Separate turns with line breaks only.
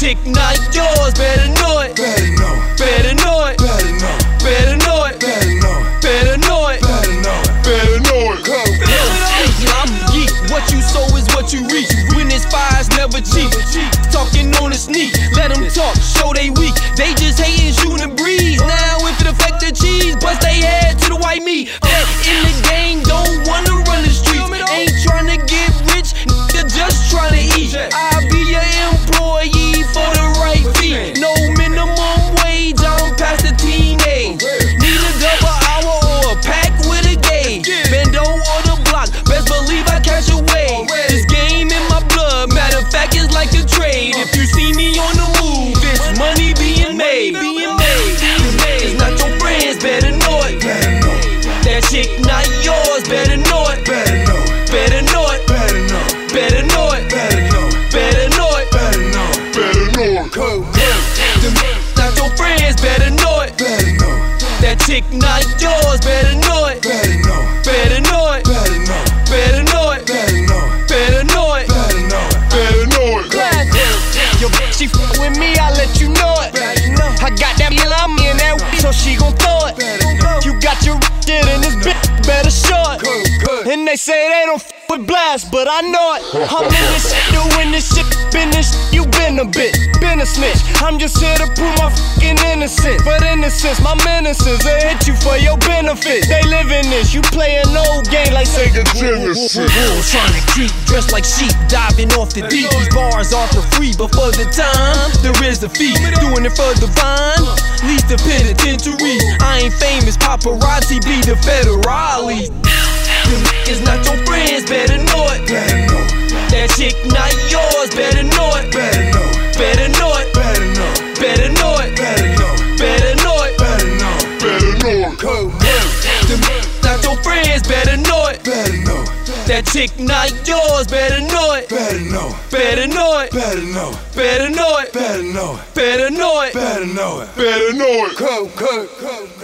Chick not yours, better know it.
Better know it.
Better know it.
Better know it.
Better know it.
Better know it.
Better know it.
Better know it. Better know it. Go.
Lil' geek, I'm a geek. What you sow is what you reap. When it's fire's never cheap. Talking on the sneak, let 'em talk, show they weak. They just hating, shooting the breeze. Now if it affect the cheese, bust they head to the white meat. Back in the game, don't wanna run the streets. Ain't tryna get rich, they're just tryna eat. I be your employee for the right fee. No minimum wage, I'm past the teenage. Need a double hour or a pack with a gauge. Bendo on the block, best believe I catch a wave. This game in my blood, matter of fact, it's like a trade. If you see me on the move, it's money being made. Being made. It's not your friends, better know it.
Better know it.
That chick not yours, better know it.
Better know it.
Better know it.
Better know it.
Better know it.
Better know
Better know it.
it. Better know it. Better know it. Go.
Them not your friends, better know it.
Better know it.
That chick not yours, better know it.
Better know it.
Better know it.
Better know it.
Better know it.
Better know it.
Better know it.
Better know it. Better know it. Go.
Glad that Yo, bitch, she f- with me, I let you know it. I got that meal, I'm in that w- so she gon' throw it. You got your shit in this bitch, better show it. And they say they don't f with blast, but I know it. I'm in this shit, doing this shit, been this shit, you been a bitch, been a snitch. I'm just here to prove my fucking innocence. But innocence, my menaces, they hit you for your benefit. They living this, you playing old game like Sega
Genesis.
Bulls trying to creep, dressed like sheep, diving off the deep. These bars off the free, but for the time, there is a fee. Doing it for the vine, leads to penitentiary. I ain't famous, paparazzi be the federale. Them niggas not your friends, better know it.
Better know it.
That chick not yours, better know it.
Better know it.
Better know it.
Better know it.
Better know it.
Better know it.
Better know it.
Better know it. Better know it. Go.
Them niggas not your friends, better know it.
Better know it.
That chick not yours, better know it.
Better know it.
Better know it.
Better know it.
Better know it.
Better know it.
Better know it.
Better know it. Better know it. Go. Go. Go.